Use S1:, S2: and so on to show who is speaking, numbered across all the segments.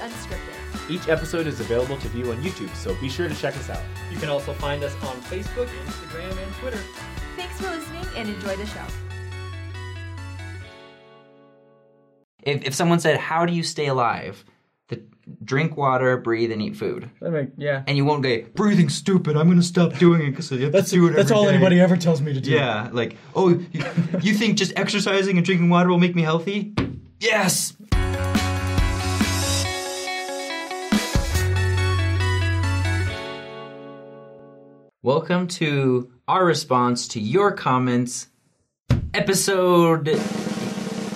S1: Unscripted.
S2: Each episode is available to view on YouTube, so be sure to check us out.
S3: You can also find us on Facebook, Instagram, and Twitter.
S1: Thanks for listening and enjoy the show.
S4: If, if someone said, "How do you stay alive?" The drink water, breathe, and eat food,
S5: I mean, yeah.
S4: and you won't go breathing stupid. I'm gonna stop doing it because I have to do it.
S5: That's
S4: every
S5: all
S4: day."
S5: anybody ever tells me to do.
S4: Yeah, like oh, you, you think just exercising and drinking water will make me healthy? Yes. Welcome to our response to your comments, episode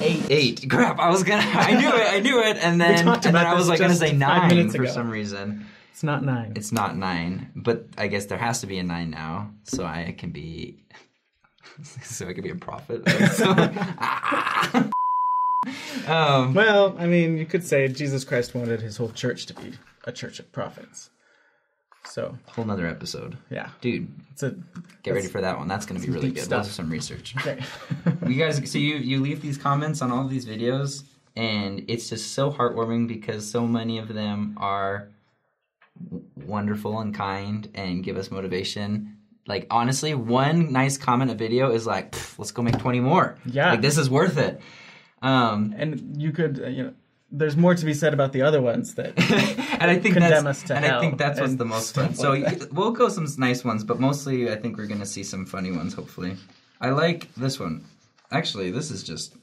S5: Eight.
S4: eight. Crap, I was gonna, I knew it, I knew it, and then, and
S5: talked
S4: then
S5: about
S4: I was
S5: this
S4: like gonna
S5: just
S4: say
S5: five
S4: nine
S5: minutes
S4: for
S5: ago.
S4: some reason.
S5: It's not nine.
S4: It's not nine, but I guess there has to be a nine now, so I can be, so I can be a prophet. So- Ah. um,
S5: well, I mean, you could say Jesus Christ wanted his whole church to be a church of prophets. So,
S4: whole nother episode,
S5: yeah.
S4: dude.
S5: It's a
S4: Get ready for that one. That's gonna be really
S5: deep
S4: good. We'll
S5: stuff.
S4: do some research.
S5: Okay.
S4: you guys so you you leave these comments on all of these videos and it's just so heartwarming because so many of them are w- wonderful and kind and give us motivation like honestly one nice comment a video is like "Pff, let's go make 20 more
S5: Yeah.
S4: like this is worth it um
S5: and you could, uh, you know, there's more to be said about the other ones that
S4: and i think
S5: Condemn
S4: that's
S5: us to
S4: and i
S5: hell
S4: think that's what's
S5: and
S4: the most
S5: stuff
S4: fun so
S5: like
S4: y- we'll go some nice ones but mostly i think we're gonna see some funny ones hopefully i like this one actually this is just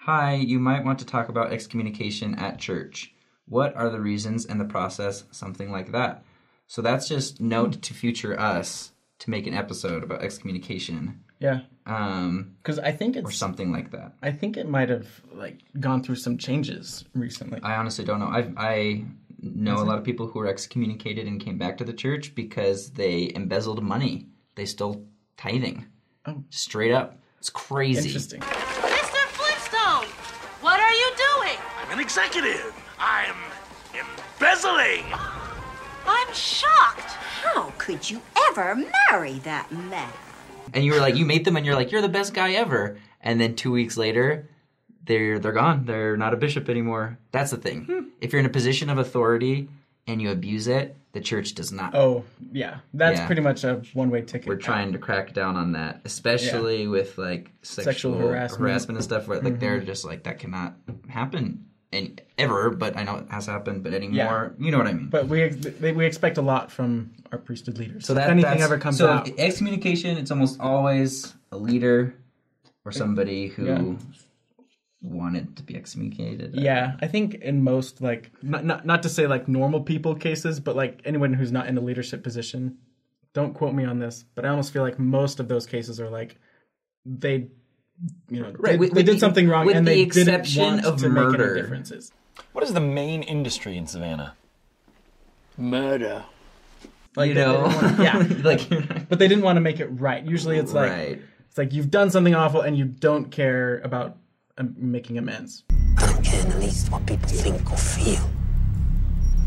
S4: Hi, you might want to talk about excommunication at church. What are the reasons and the process? Something like that. So that's just note to future us to make an episode about excommunication
S5: yeah,
S4: um,
S5: cuz I think it's
S4: or something like that.
S5: I think it might have like gone through some changes recently.
S4: I honestly don't know. I I know a lot of people who were excommunicated and came back to the church because they embezzled money. They stole tithing,
S5: Oh.
S4: straight up. It's crazy.
S5: Interesting.
S6: Mr. Flintstone, what are you doing?
S7: I'm an executive. I'm embezzling.
S6: I'm shocked.
S8: How could you ever marry that man?
S4: and you were like you mate them and you're like you're the best guy ever and then two weeks later they're they're gone they're not a bishop anymore that's the thing
S5: Hmm.
S4: if you're in a position of authority and you abuse it the church does not
S5: Oh, yeah. That's
S4: Yeah.
S5: pretty much a one-way ticket.
S4: we're trying to crack down on that especially with like sexual, harassment.
S5: harassment. Mm-hmm.
S4: and stuff where like they're just like that cannot happen and ever but i know it has happened but anymore you know what i mean
S5: But we ex- they, we expect a lot from our priesthood leaders.
S4: So that
S5: if anything
S4: that's-
S5: ever comes
S4: so
S5: out,
S4: excommunication, it's almost always a leader or somebody who
S5: Yeah.
S4: wanted to be excommunicated.
S5: Yeah, I think in most like not, not not to say like normal people cases, but like anyone who's not in a leadership position. Don't quote me on this, but I almost feel like most of those cases are like they, you know,
S4: Right,
S5: they,
S4: with-
S5: they
S4: with
S5: did
S4: the-
S5: something wrong,
S4: with
S5: and
S4: the
S5: they
S4: exception
S5: didn't want
S4: of
S5: to make
S4: murder.
S5: any differences.
S9: What is the main industry in Savannah? Murder.
S4: Like, you know,
S5: yeah.
S4: like you're not-
S5: But they didn't want to make it right. Usually, it's like
S4: right.
S5: it's like you've done something awful and you don't care about um, making amends.
S10: I don't care in the least what people think or feel.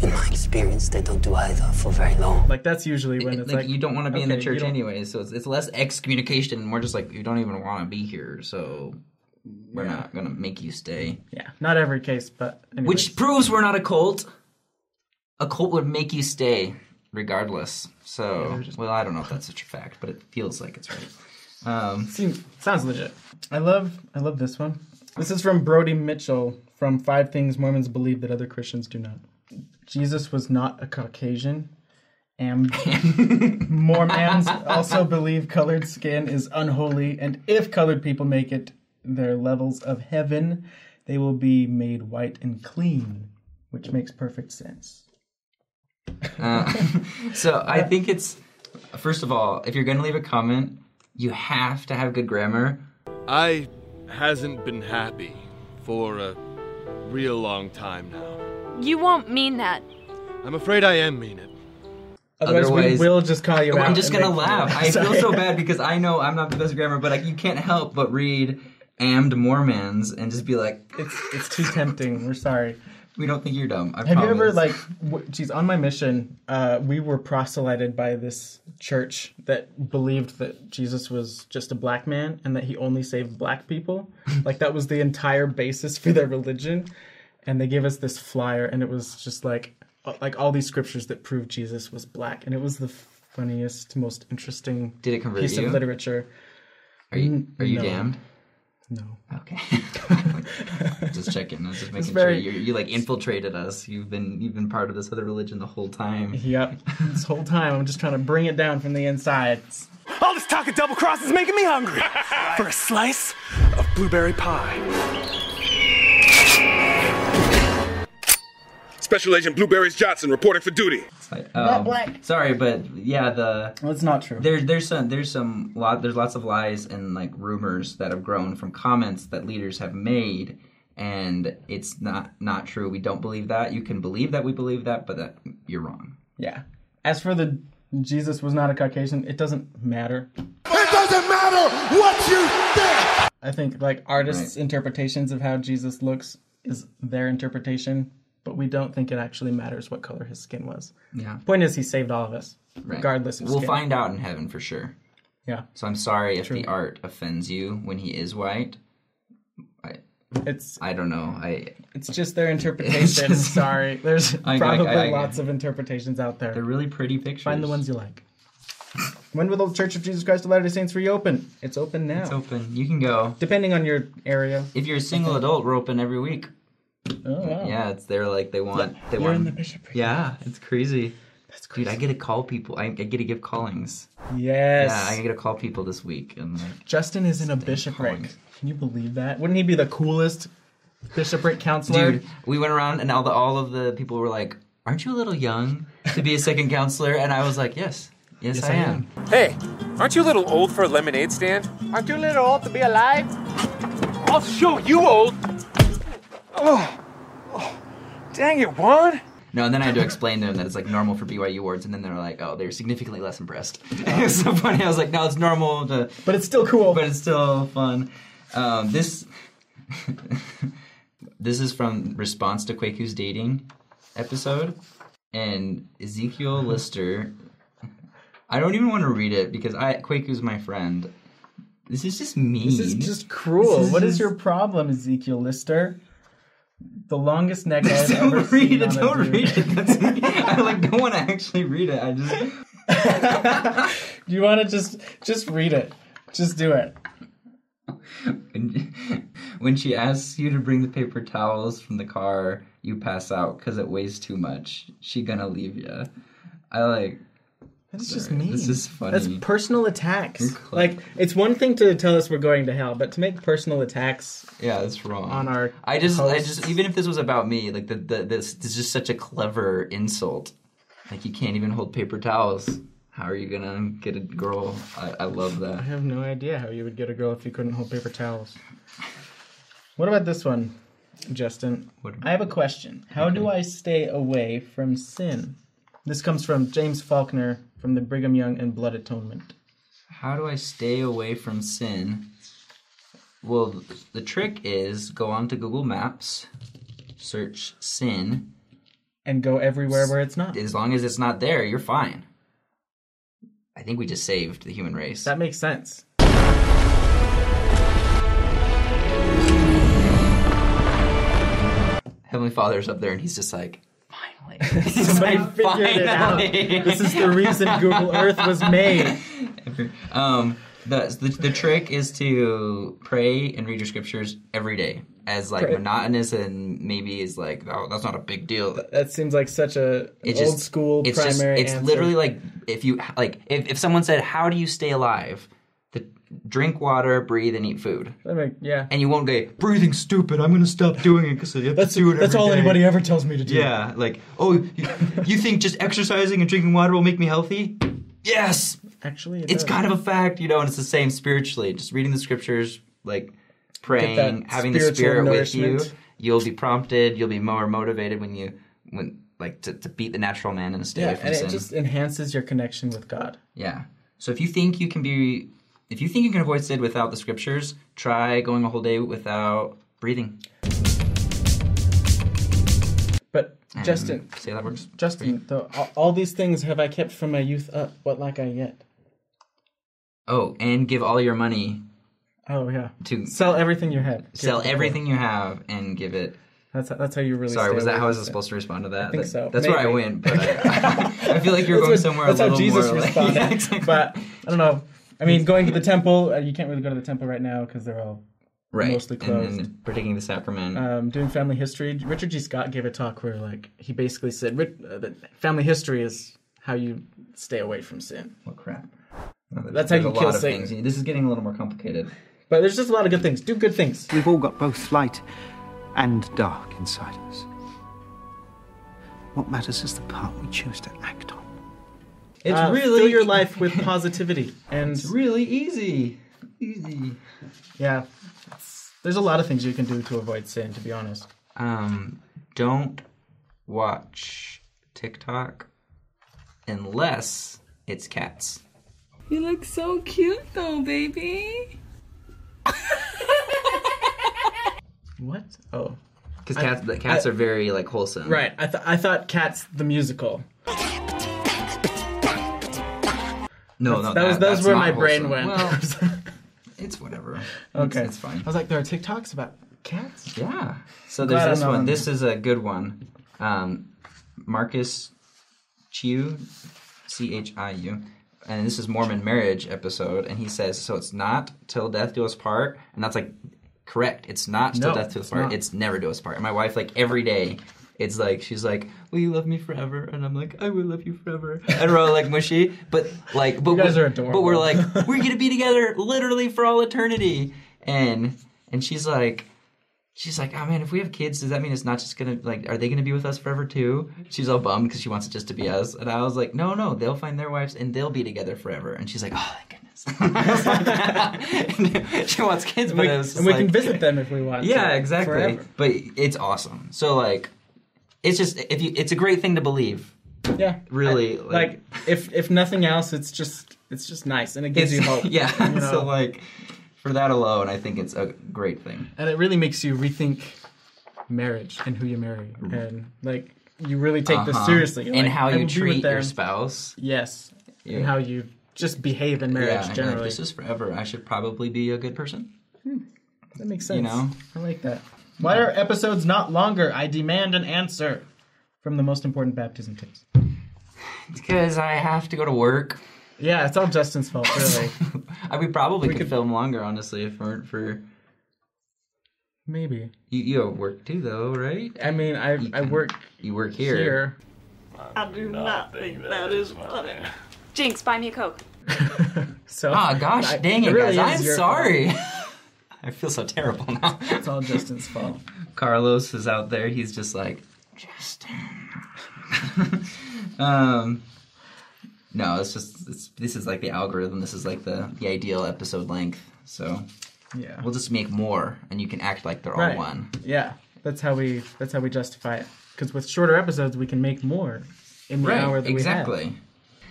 S10: In my experience, they don't do either for very long.
S5: Like that's usually when
S4: It-
S5: it's
S4: like,
S5: like,
S4: you don't want to be in the
S5: okay, you
S4: church
S5: don't-
S4: anyway, so it's, it's less excommunication, and we're just like you don't even want to be here, so we're not gonna make you stay.
S5: Yeah, not every case, but anyways.
S4: Which proves we're not a cult. A cult would make you stay regardless. So, well, I don't know if that's such a fact, but it feels like it's right. Um,
S5: Seems, sounds legit. I love I love this one. This is from Brody Mitchell from Five Things Mormons Believe That Other Christians Do Not. Jesus was not a Caucasian. And Mormons also believe colored skin is unholy, and if colored people make it their levels of heaven, they will be made white and clean, which makes perfect sense.
S4: Uh, So I think it's first of all, if you're gonna leave a comment, you have to have good grammar.
S7: I hasn't been happy for a real long time now.
S1: You won't mean that.
S7: I'm afraid I am mean it.
S5: Otherwise,
S4: Otherwise-
S5: we will just call you out.
S4: I'm just
S5: and
S4: gonna
S5: make fun of
S4: laugh.
S5: you.
S4: I feel
S5: Sorry.
S4: so bad because I know I'm not the best grammar, but like you can't help but read "and Mormons" and just be like,
S5: It's it's too tempting. We're sorry.
S4: "We don't think you're dumb." I
S5: Have you ever
S4: promise."
S5: like, w- geez, on my mission, uh, we were proselyted by this church that believed that Jesus was just a black man and that he only saved black people. like that was the entire basis for their religion. and they gave us this flyer, and it was just like uh, like all these scriptures that prove Jesus was black, and it was the funniest, most interesting
S4: Did it convert
S5: piece
S4: you?
S5: of literature.
S4: Are you are you
S5: No.
S4: damned?
S5: No,
S4: Okay. just checking. I was just making
S5: very-
S4: sure you you like infiltrated us. You've been you've been part of this other religion the whole time.
S5: yep. this whole time, I'm just trying to bring it down from the inside.
S11: All this talk of double cross is making me hungry for a slice of blueberry pie.
S12: Special Agent Blueberries Johnson reporting for duty.
S4: Um, Sorry, but yeah, the
S5: that's not true.
S4: There, there's some there's some lot there's lots of lies and like rumors that have grown from comments that leaders have made, and it's not not true. We don't believe that. You can believe that we believe that, but that you're wrong.
S5: Yeah. As for the Jesus was not a Caucasian, it doesn't matter.
S11: It doesn't matter what you think.
S5: I think like artists' interpretations of how Jesus looks is their interpretation, but we don't think it actually matters what color his skin was.
S4: Yeah.
S5: Point is, he saved all of us, regardless of
S4: We'll
S5: skin.
S4: find out in heaven for sure.
S5: Yeah.
S4: So I'm sorry if the art offends you when he is white. I,
S5: it's
S4: I don't know. I
S5: It's just their interpretation.
S4: just-
S5: Sorry, there's
S4: I- I-
S5: probably
S4: I-
S5: lots of interpretations out there. They're
S4: really pretty pictures.
S5: Find the ones you like. when will the Church of Jesus Christ of Latter Day Saints reopen? It's open now.
S4: It's open. You can go.
S5: Depending on your area.
S4: If you're a single adult, we're open every week.
S5: Oh, wow.
S4: Yeah, it's they're like they want they
S5: You're
S4: want.
S5: in the bishopric.
S4: Yeah, it's crazy.
S5: That's
S4: Dude, I get to call people. I, I get to give callings.
S5: Yes.
S4: Yeah, I get to call people this week and like
S5: Justin is in a bishopric. Can you believe that? Wouldn't he be the coolest bishopric counselor?
S4: Dude, we went around and all the all of the people were like, "Aren't you a little young to be a second counselor?" And I was like, "Yes, yes, I, am.
S13: Hey, aren't you a little old for a lemonade stand?
S11: Aren't you a little old to be alive? I'll show you old. Oh, dang it, Juan.
S4: No, and then I had to explain to them that it's like normal for BYU wards, and then they're like, "Oh, they're significantly less impressed." it was so funny. I was like, "No, it's normal," to,
S5: but it's still cool.
S4: But it's still fun. Um, this this is from response to Quake Who's Dating episode, and Ezekiel Lister. I don't even want to read it because I Quaku's my friend. This is just mean.
S5: This is just cruel.
S4: This is
S5: what is
S4: just-
S5: your problem, Ezekiel Lister? The longest neck I've
S4: Don't
S5: ever
S4: read
S5: seen
S4: it,
S5: on a
S4: don't
S5: dude.
S4: read it. That's me. I like don't want to actually read it. I just
S5: Do you want to just just read it? Just do it.
S4: when she asks you to bring the paper towels from the car, you pass out because it weighs too much. She gonna leave ya. I like.
S5: That's just
S4: Sorry,
S5: mean.
S4: this is funny.
S5: That's personal attacks. Like it's one thing to tell us we're going to hell, but to make personal attacks
S4: Yeah, that's wrong.
S5: on our
S4: I just, I
S5: hosts-
S4: just, even if this was about me, like the, the this, this is just such a clever insult. Like you can't even hold paper towels. How are you gonna get a girl? I, I love
S5: I
S4: that.
S5: have no idea how you would get a girl if you couldn't hold paper towels. What about this one, Justin? I have a question. How do I stay away from sin? This comes from James Faulkner from the Brigham Young and Blood Atonement.
S4: How do I stay away from sin? Well, th- the trick is go on to Google Maps, search sin,
S5: and go everywhere where it's not.
S4: As long as it's not there, you're fine. I think we just saved the human race. That
S5: makes sense.
S4: Heavenly Father's up there, and he's just like,
S5: Somebody figured it out.
S4: Finally.
S5: This is the reason Google Earth was made.
S4: um, the, the the trick is to pray and read your scriptures every day, as like
S5: Pray.
S4: monotonous and maybe is like, oh, that's not a big deal.
S5: That seems like such a
S4: It
S5: old
S4: just
S5: school
S4: It's
S5: primary
S4: just it's
S5: answer.
S4: literally like if you like if, if someone said, how do you stay alive? The drink water, breathe, and eat food.
S5: I mean, yeah.
S4: And you won't go breathing stupid. I'm gonna stop doing it because I have
S5: That's
S4: to do it.
S5: that's
S4: every
S5: all
S4: day."
S5: anybody ever tells me to do.
S4: Yeah, like oh, you, you think just exercising and drinking water will make me healthy? Yes,
S5: Actually, it
S4: it's
S5: does.
S4: kind of a fact, you know. And it's the same spiritually. Just reading the scriptures, like praying,
S5: that
S4: having the
S5: spiritual
S4: spirit with you,
S5: nourishment.
S4: you'll be prompted. You'll be more motivated when you when like to, to beat the natural man and stay
S5: yeah,
S4: away from
S5: and
S4: sin.
S5: it just enhances your connection with God.
S4: Yeah. So if you think you can be, if you think you can avoid sin without the scriptures, try going a whole day without breathing.
S5: But
S4: And
S5: Justin,
S4: see how that works.
S5: Justin, though, all, all these things have I kept from my youth up. What lack I yet?
S4: Oh, and give all your money
S5: Oh yeah.
S4: to
S5: Sell everything you have.
S4: sell everything you have and give it
S5: That's that's how you really.
S4: Sorry,
S5: stay
S4: was that
S5: away
S4: how I was
S5: from sin.
S4: supposed to respond to that?
S5: I think
S4: That-
S5: so.
S4: That's where I
S5: Maybe.
S4: went, but I, I feel like you're
S5: That's
S4: going somewhere
S5: what- That's
S4: a
S5: how
S4: little
S5: Jesus
S4: more. like-
S5: responded.
S4: Yeah, exactly.
S5: But I don't know. I mean, going to the temple. uh, You can't really go to the temple right now because they're all
S4: Right,
S5: mostly
S4: and then
S5: closed.
S4: partaking the sacrament.
S5: Um, doing family history. Richard G. Scott gave a talk where, like, he basically said, "Rit- uh, that family history is how you stay away from sin."
S4: What crap? No, there's-
S5: That's how
S4: there's
S5: you
S4: a
S5: kill
S4: lot of
S5: Satan.
S4: things. This is getting a little more complicated.
S5: But there's just a lot of good things. Do good things.
S14: We've all got both light and dark inside us. What matters is the part we choose to act on.
S5: It's
S14: Uh,
S5: really
S14: fill
S5: your life with positivity, and it's
S4: really easy. Easy.
S5: Yeah, It's- there's a lot of things you can do to avoid sin. To be honest,
S4: Um, don't watch TikTok unless it's cats.
S15: You look so cute though, baby.
S5: what? Oh,
S4: Because
S5: I-
S4: cats, the cats
S5: I-
S4: are very like wholesome.
S5: right. I th- I thought Cats the musical.
S4: No, no,
S5: That's- that was
S4: that-
S5: those
S4: that's
S5: where
S4: not
S5: my brain
S4: wholesome.
S5: went.
S4: Well, it's whatever.
S5: Okay,
S4: it's, it's fine.
S5: I was like, there are TikToks about cats.
S4: Yeah. So
S5: I'm
S4: there's
S5: glad
S4: this
S5: I'm not
S4: one.
S5: on
S4: This is a good one. Um, Marcus Chiu, C H I U, and this is Mormon marriage episode, and he says, so it's not till death do us part, and that's like correct. It's not till
S5: No,
S4: death do us
S5: it's
S4: part.
S5: not.
S4: It's never do us part. And my wife, like every day. It's like she's like, "Will you love me forever?" And I'm like, "I will love you forever." And we're all like mushy, but like, but
S5: You guys
S4: we-
S5: are adorable.
S4: But we're like, we're gonna be together literally for all eternity. And and she's like, she's like, oh man, if we have kids, does that mean it's not just gonna like, are they gonna be with us forever too? She's all bummed because she wants it just to be us. And I was like, no, no, they'll find their wives and they'll be together forever. And she's like, oh, thank goodness. she wants kids,
S5: And
S4: but
S5: we,
S4: it was just
S5: and we can
S4: like-
S5: visit them if we want. to,
S4: yeah, exactly.
S5: forever.
S4: But it's awesome. So like, it's just if you, it's a great thing to believe.
S5: Yeah,
S4: Really,
S5: like if if nothing else, it's just it's just nice and it gives you
S4: It's-
S5: hope.
S4: yeah,
S5: you know?
S4: so like for that alone, I think it's a great thing.
S5: and it really makes you rethink marriage and who you marry and like you really take this
S4: Uh-huh.
S5: seriously
S4: And
S5: Like,
S4: how
S5: I
S4: you
S5: will be
S4: treat
S5: with them.
S4: your spouse.
S5: Yes,
S4: Yeah.
S5: and how you just behave in
S4: Yeah,
S5: marriage
S4: and you're like,
S5: generally.
S4: this is forever. I should probably be a good person.
S5: that makes sense.
S4: you know?
S5: I like that. Why are episodes not longer? I demand an answer from the most important baptism tips.
S4: Because I have to go to work.
S5: Yeah, it's all Justin's fault, really.
S4: I, we probably could, film longer, honestly, if weren't for
S5: Maybe.
S4: you. You have work too, though, right?
S5: I mean, I I work.
S4: You work here.
S5: here.
S6: I do not think that is funny.
S1: Jinx, buy me a Coke.
S5: So.
S4: Ah, gosh,
S5: I-
S4: dang it,
S5: it really
S4: guys!
S5: is
S4: I'm
S5: your
S4: sorry. I feel so terrible now. It's
S5: all Justin's fault.
S4: Carlos is out there. He's just like, Justin. um, no, it's just it's, this is like the algorithm. This is like the the ideal episode length. So
S5: Yeah.
S4: we'll just make more, and you can act like they're all one.
S5: Yeah, that's how we that's how we justify it. Because with shorter episodes, we can make more in the hour that
S4: exactly.
S5: we have.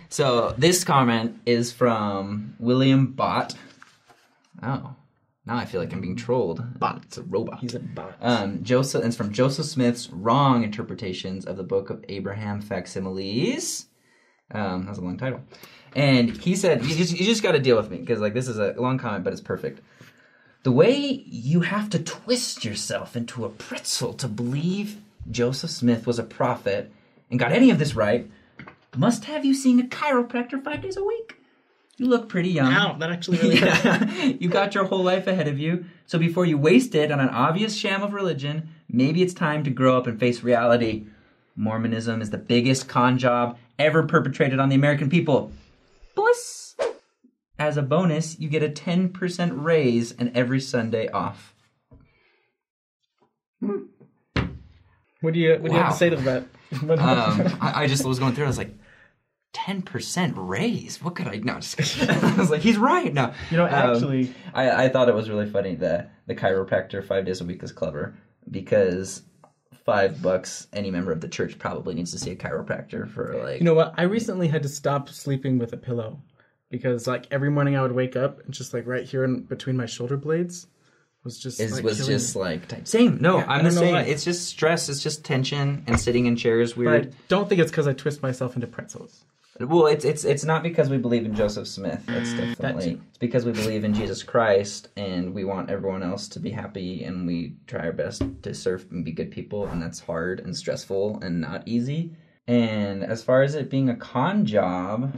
S4: So this comment is from William Bot. Oh, now I feel like I'm being trolled. Bot, it's a robot. He's
S5: a bot.
S4: Um, Joseph, and it's from Joseph Smith's wrong interpretations of the Book of Abraham facsimiles. Um, that's a long title. And he said, "You just, you just got to deal with me because like this is a long comment, but it's perfect." The way you have to twist yourself into a pretzel to believe Joseph Smith was a prophet and got any of this right must have you seeing a chiropractor five days a week. You look pretty young.
S5: Ow, that actually really
S4: you got your whole life ahead of you. So before you waste it on an obvious sham of religion, maybe it's time to grow up and face reality. Mormonism is the biggest con job ever perpetrated on the American people. Bliss! As a bonus, you get a 10% raise and every Sunday off.
S5: What do you What do you have
S4: Wow.
S5: to say to that? What-
S4: um, I, I just was going through. I was like, ten percent raise. What could I? No, just kidding. I was like, he's right. No,
S5: You know,
S4: Um,
S5: actually-
S4: I, I thought it was really funny that the chiropractor five days a week is clever because five bucks any member of the church probably needs to see a chiropractor for like
S5: you know what? I recently had to stop sleeping with a pillow because like every morning I would wake up and just like right here in between my shoulder blades was just
S4: is
S5: like,
S4: was
S5: killing
S4: just
S5: me.
S4: like type- same. No,
S5: Yeah, I
S4: I'm the
S5: don't know
S4: same.
S5: why.
S4: It's just stress. It's just tension and sitting in chairs
S5: But I
S4: weird.
S5: don't think it's because I twist myself into pretzels.
S4: Well, it's it's it's not because we believe in Joseph Smith. That's definitely it's because we believe in Jesus Christ, and we want everyone else to be happy, and we try our best to serve and be good people, and that's hard and stressful and not easy. And as far as it being a con job,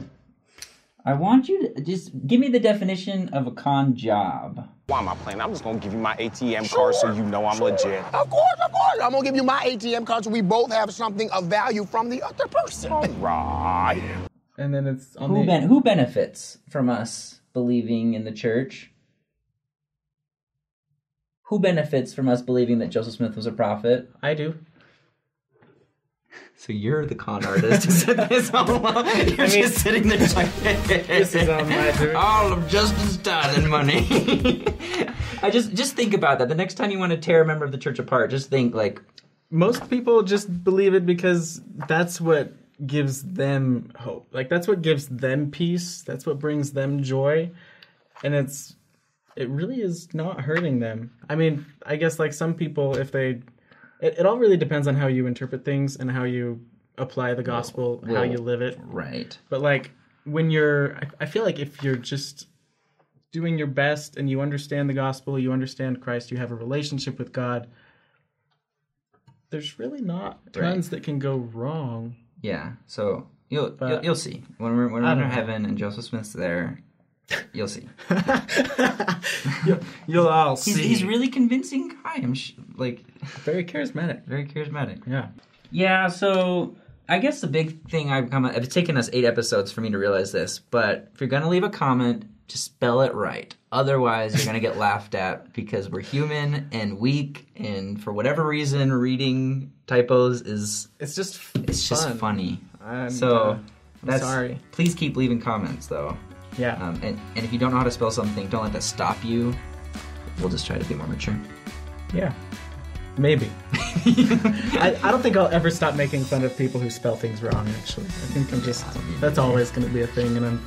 S4: I want you to just give me the definition of a con job.
S16: Why am I playing? I'm just gonna give you my ATM card so you know I'm legit.
S17: Of course, of course. I'm gonna give you my ATM card so we both have something of value from the other person.
S16: Right.
S5: And then it's on
S4: Who
S5: the
S4: ben- who benefits from us believing in the church? Who benefits from us believing that Joseph Smith was a prophet?
S5: I do.
S4: So you're the con artist. who said this all along. You're just sitting there just like, this is all my doing. All of justice, time, and money. I just just think about that. The next time you want to tear a member of the church apart, just think like,
S5: most people just believe it because that's what gives them hope. Like that's what gives them peace. That's what brings them joy. And it's it really is not hurting them. I mean, I guess like some people if they it, it all really depends on how you interpret things and how you apply the gospel, how
S4: well,
S5: you live it.
S4: Right.
S5: But like when you're I, I feel like if you're just doing your best and you understand the gospel, you understand Christ, you have a relationship with God, there's really not tons that can go wrong.
S4: yeah. So you'll
S5: But-
S4: you'll, you'll see when we're when
S5: I
S4: we're in
S5: don't know.
S4: heaven and Joseph Smith's there. You'll see.
S5: You'll all
S4: he's,
S5: see.
S4: He's really convincing guy. I'm sh- like
S5: very charismatic.
S4: Very charismatic.
S5: Yeah.
S4: Yeah. So I guess the big thing I've come. It's taken us eight episodes for me to realize this, but if you're gonna leave a comment, just spell it right. Otherwise, you're gonna get laughed at because we're human and weak, and for whatever reason, reading typos is
S5: it's just
S4: it's just
S5: fun.
S4: funny.
S5: I'm,
S4: so
S5: uh, I'm
S4: that's
S5: sorry.
S4: Please keep leaving comments though.
S5: Yeah.
S4: Um, and and if you don't know how to spell something, don't let that stop you. We'll just try to be more mature.
S5: Yeah. Maybe. I, I don't think I'll ever stop making fun of people who spell things wrong, actually. I think I'm just, that's always going to be a thing, and I'm,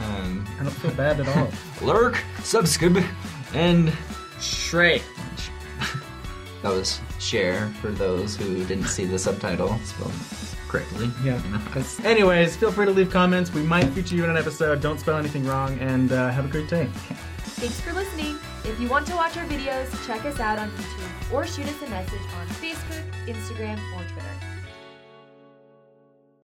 S4: Um,
S5: I don't feel bad at all.
S4: lurk, subscribe, and
S5: Shrey.
S4: That was share for those who didn't see the subtitle spelled correctly.
S5: Yeah. That's- anyways, feel free to leave comments. We might feature you in an episode. Don't spell anything wrong, and uh, have a great day.
S18: Thanks for listening. If you want to watch our videos, check us out on YouTube or shoot us a message on Facebook, Instagram, or Twitter.